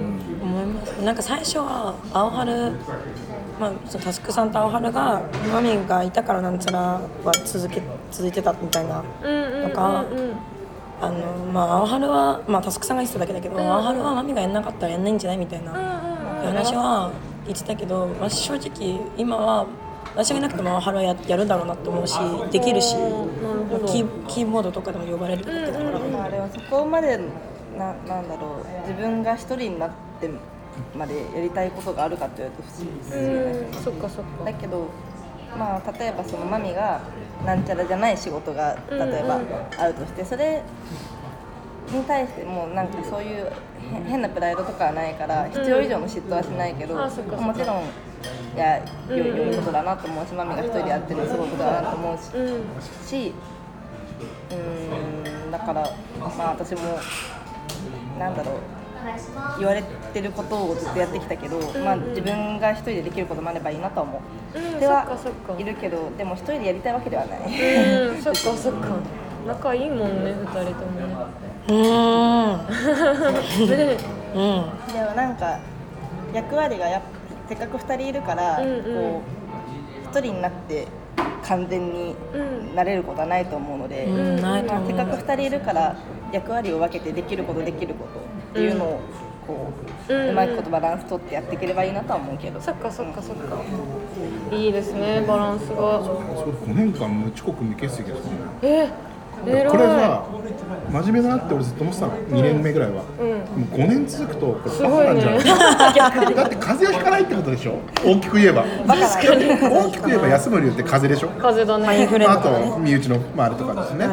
思いますなんか最初は青春まあそうタスクさんと青春がマミがいたからなんちゃらは続け続いてたみたいな
うんうんうんう
とか
ん
あのまあ青春はまあタスクさんが言ってただけだけど、青春はマミがやんなかったらやんないんじゃないみたいな、話は言ってたけど、まあ、正直今は私がいなくても青春はややるだろうなって思うしできるしキーキーボードとかでも呼ばれるだけだから、
まあでもそこまでななんだろう自分が一人になってまでやりたいことがあるかって言われると不思議ですよね、
そっかそっか
だけどまあ例えばそのマミがなんちゃらじゃない仕事が例えばあるとして、それに対してもうなんかそういうへ変なプライドとかはないから必要以上の嫉妬はしないけど、
あそっかそっか
もちろんいや良い良いことだなと思うしマミが一人でやってるのすごいことだなと思うし。
うん
しうーんだからまあ私もなんだろう言われてることをずっとやってきたけど、まあ、自分が一人でできることもあればいいなとは思
うん
っては
そっかそっか
いるけどでも一人でやりたいわけではない、
うんそっかそっか仲いいもんね二人ともね
うーんうん
でもなんか役割がやっせっかく二人いるから、
うんうん
こう一人になって完全に
うん
なれることはないと思うので、
うんないと
まあ、
思
せっ
う
かく2人いるから役割を分けてできることできることっていうのをこう,、
う
うんまいことバランス取ってやっていければいいなとは思うけど、
そっかそっかそっかいいですねバランス
そ
が
う5年間無遅刻無欠席だったんだよ
え偉い
これさ真面目だなって俺ずっと思ってたの2年目ぐらいは、もう5年続くとこれバカなんじゃない
すご い
だって風邪はひかないってことでしょ大きく言えば大きく言えば休む理由って風邪でしょ
風だね
フレ
まあ、
ン
あ
ドとか
と身内のまああれとかですね、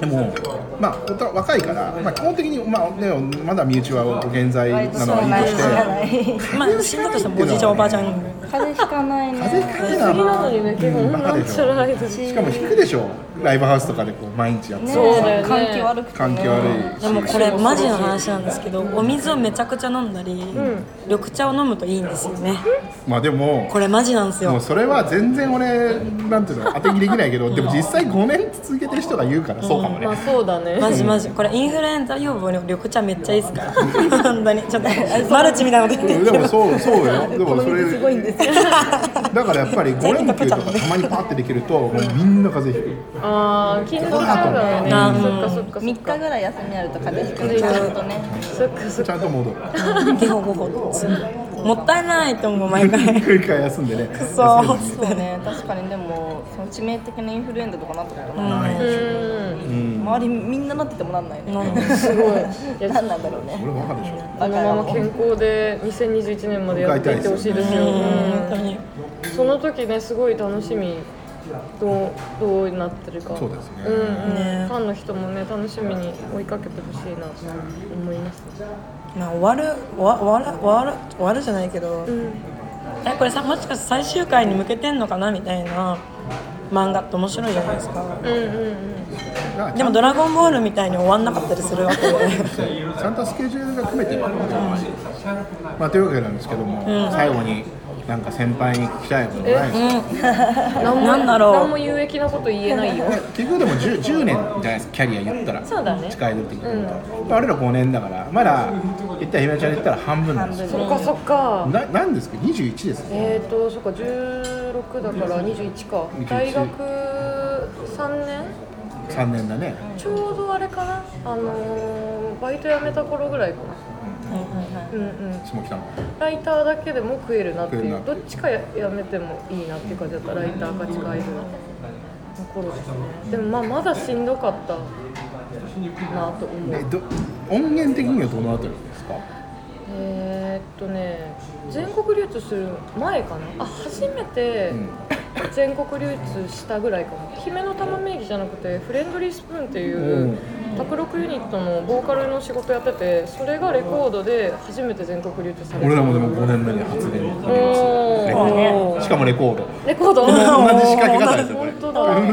でもまあほんとは若いから、まあ、基本的に、まあね、まだ身内は現在なのはいいとして
まあ死んだとしてもおじいちゃんおばあちゃん
風邪ひかないね
風邪ひかないな
次なのにね基本なんちゃらアイドル
しかも引くでしょライブハウスとかでこう毎日やって
そうだよね
環境悪くて、ね、
環境悪いし
でもこれマジの話なんですけどお水をめちゃくちゃ飲んだり、緑茶を飲むといいんですよね
まあでも
これマジなんです
もう
よ
それは全然俺なんていうの当てにできないけどでも実際5年続けてる人が言うからそうかもね、
まあそうだね
マジマジこれインフルエンザ予防の緑茶めっちゃいいっすから本当にちょっとマルチみたいなこと言って
でもそうそうよでもそれ
すごいんですよ
だからやっぱり5連休とかたまにパってできるともうみんな風邪ひく
ああ緊張しちゃうからね
あー
そっかそっかそ
3日
っ
ぐ
から
い休みあると風邪ひくのちゃんとね
そっかそっ
ち
か
ゃんと戻る
ゲホゴホもったいないと思う毎回
一回休んでね
そう
休めず
そう
にね
ね確かにでもその致命的なインフルエンザとかなったことない、
ない
うん
周りみんななっててもなんないね、
なんで
すごいいや
何なんだろうね
俺バカでしょ
このまま健康で2021年までやっていってほしいですよ、
本当に
うんその時ねすごい楽しみどうどうなってるか
そうですね
うんうん
ね
ファンの人もね楽しみに追いかけてほしいなと思います
まあ終わる終わ終わる終わる終わるじゃないけど、えこれさもしかして最終回に向けてんのかなみたいな漫画って面白いじゃないですか、
うんうんうん
でも「ドラゴンボール」みたいに終わんなかったりするわけで
ちゃんとスケジュールが組めてるまあというわけなんですけども、最後になんか先輩に聞きたいことないですか
何も
なんだろう
何も有益なこと言えない よ
結局でも 10, 10年じゃないですかキャリア言ったら
そうだね
近い時に言うと、我ら5年だからまだ言ったらひめちゃんで言ったら半分なんですよ
そっかそっか
ななんですか21ですね
えーとそっか16だから21か
21
大学3年
3年だね
ちょうどあれかなあのーバイト辞めた頃ぐらいかなうんうん
下北の
ライターだけでも食えるなってい
食えるな
うどっちかややめてもいいなっていう感じだったライターか地下アイドルの頃ですねでもまあまだしんどかったなと思う
えど音源的にはどのあたりですか
えーっとね全国流通する前かなあ初めて
うん
全国流通したぐらいかも姫の玉名義じゃなくてフレンドリースプーンっていう卓六ユニットのボーカルの仕事やっててそれがレコードで初めて全国流通され
俺
た
らもでも5年目に発電
おー
しかもレコード
レコ ード
同じ仕掛け方ですよこれ
本当だ
うん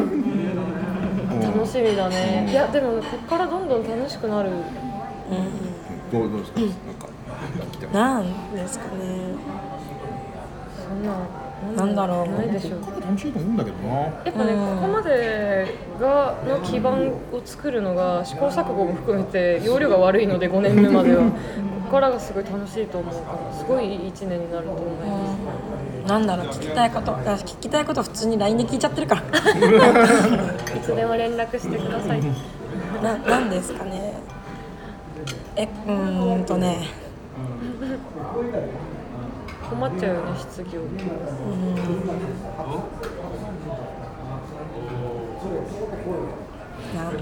楽しみだねいやでもこっからどんどん楽しくなる
どうどうですかなんか来てます
なんですかね
そんな
なんだろう
ないでしょう
僕は楽しいと思うんだけどな
やっぱね、
うん
ここまでがの基盤を作るのが試行錯誤も含めて容量が悪いので5年目ま ではここからがすごい楽しいと思うからすごいいい1年になると思います
なんだろう聞きたいことあ聞きたいこと普通に LINE で聞いちゃってるから
いつでも連絡してください
ななんですかねえうーんとね
困っちゃうよね失業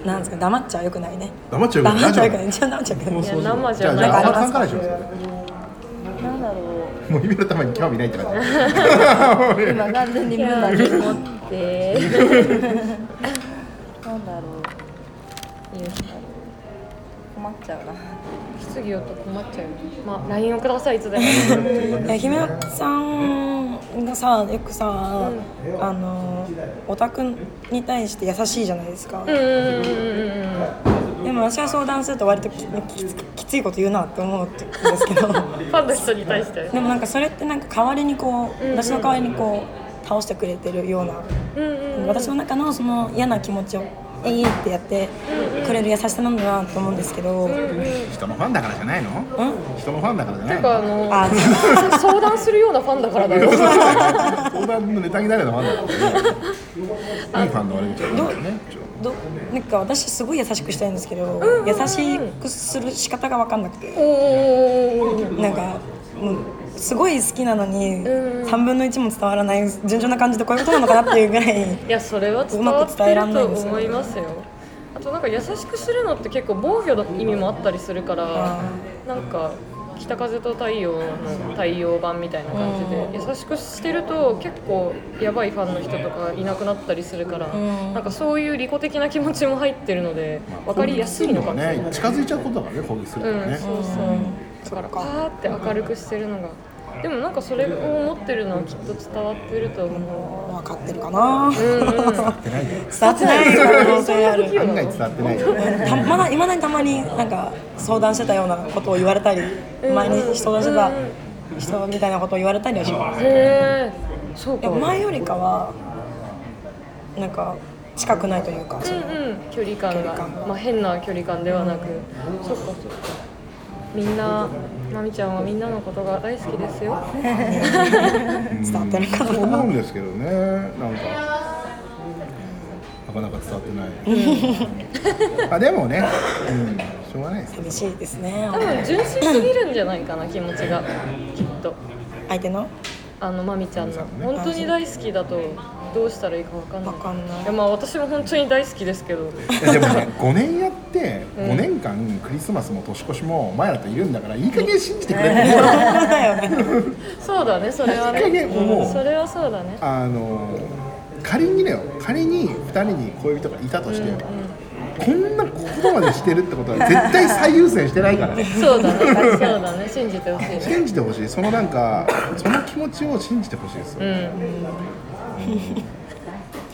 ななんですか黙っちゃよくないね
黙っちゃうから
黙っちゃよく
ラ
ない
ジ
一応黙っちゃよくない
いや生
オ
じ
じゃ
ゃ
あ
な
じ
い
ゃあ
か
天
ら
松さんからにします
なんだろう
もう夢のために興味ないって感じ
今完全に無だけどなんだ
って
ろう困っちゃうな
失業と困っちゃうよねまあ LINE をくださいいつでも
え姫さんがさよくさ、あのオタクに対して優しいじゃないですか、
うんうんうんうんうん
でも私が相談すると割とききつきついこと言うなって思うんですけど
ファンの人に対して
でもなんかそれってなんか代わりにこう、
んうん
私の代わりにこう倒してくれてるような、
うんうんうん
私の中のその嫌な気持ちをえいってやってくれる優しさなんだなと思うんですけど、うん
人のファンだからじゃないの人のファンだからじゃない
なんかあ
の
の
あ
相談するようなファンだからだ よ
相談のネタになるのはファンだからねいいファンの悪口はないからね
どなんか私すごい優しくしたいんですけど、優しくする仕方が分かんなくて。
おー
なんか、うん、すごい好きなのに、3分の1も伝わらない順調な感じでこういうことなのかなっていうぐらい
いやそれは伝わっ
うまく伝
て
えら
る
んな
と
いんですよ
思いますよあとなんか優しくするのって結構防御の意味もあったりするからなんか北風と太陽の太陽版みたいな感じで優しくしてると結構やばいファンの人とかいなくなったりするからなんかそういう利己的な気持ちも入ってるので分かりやすいのかもしれない
ね近づいちゃうことだからね攻撃するから
うん
ね
そう そう、だからパーって明るくしてるのがでもなんかそれを持ってるのはきっと伝わってると思
分かってるかな、
う、うんうん、伝わ
ってないよ
伝わって ない可能性ある
案外伝わってないよ
たまだいまだにたまになんか相談してたようなことを言われたり前に相談してた人みたいなことを言われたりはします
へえそう
い
か
や
うんうん
前よりかはなんか近くないというか、
距離感が
距離感
まあ、変な距離感ではなく、そっかそっかみんなまみちゃんはみんなのことが大好きですよ
伝わってるか
そう
な
思うんですけどねなんかなかなか伝わって ないあでもねうんしょうがない です
寂しいですね
多分純粋すぎるんじゃないかな気持ちがきっと
相手の
あのまみちゃんの本当に大好きだとどうしたらいいかわかんない
わかんない
やまあ私も本当に大好きですけど
いやでもね5年やって5年間クリスマスも年越しもお前らといるんだからいい加減信じてくれって思う
だよね
そうだねそれはね
いい加減もう
うんそれはそうだね
あの仮にだよ仮に2人に恋人がいたとして、こんなことまでしてるってことは絶対最優先してないからね
そうだねそうだね信じてほしいね
信じてほしいそのなんかその気持ちを信じてほしいですよ、
う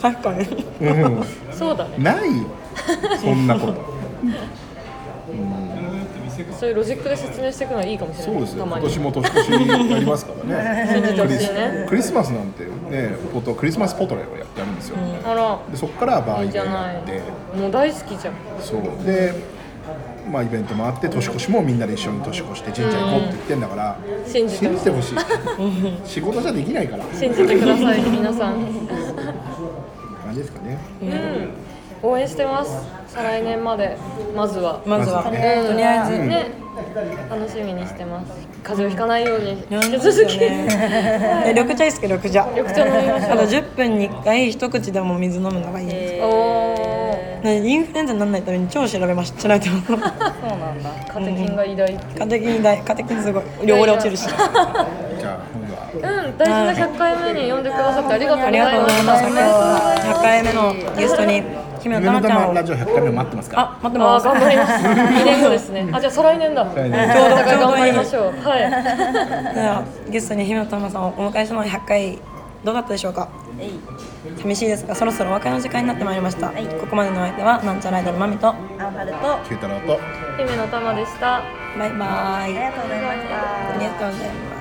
確かに
うん
そうだね
ん、ないよそんなこと
そういうロジックで説明していくのはいいかもしれ
そう
な
で
い
すよ
たま
今
に
年も年越しになりますからね
信じてほしいね
クリスマスなんてねポトクリスマスポトレをやってやるんですよ、
あら
でそこからバー
い
イ
い
デ
じ
ー
ゃ
が
な
あ
い
って
もう大好きじゃん
そうで、まあ、イベントもあって年越しもみんなで一緒に年越して神社行こうって言ってんだから、
信じて
信じてほしい仕事じゃできないから
信じてください皆さん
感じですかね
応援してます再来年までまずは、
まずは、
まずは
うん
とりあえず、
ね楽しみにしてます風邪をひかないように
飲ん
引き
でます
続
よ
き、
ね。え緑茶いいっすけど緑茶。
緑茶飲みましょう
あと10分に1回一口でも水飲むのがいいです。
お お
ねインフルエンザにならないために超調べました。調べても。
そうなんだ
カテキンが偉大って
カテキン大、カテキンすごい。汚れ落ちるし。
じゃあ本日は
うん、大事な100回目に呼んでくださってありがとう
あ
ご
りが
ざ
と
いう
ご
ま
ざい
す。
ます。100回目のゲストに姫
夢
野
の
玉ちゃん
玉
を。
ラジオ100回目を待ってますから
あ、待って
あ
ま
あ、
す。
頑張ります。2年 後ですね。あ、じゃあ再来年だ。
来
お
年
ちょうど
互い
ちょう
頑
ど
張
い
り
い
ま。しょう。はい。
ではゲストに姫野玉さんをお迎えしたの100回どうだったでしょうか
えい
寂しいですがそろそろお別れの時間になってまいりました、ここまでのお相手はなんちゃらアイドルまみと
アンファルト
九太郎と
姫の玉でした。
バイバーイ
ありがとうございました
ありがとうございます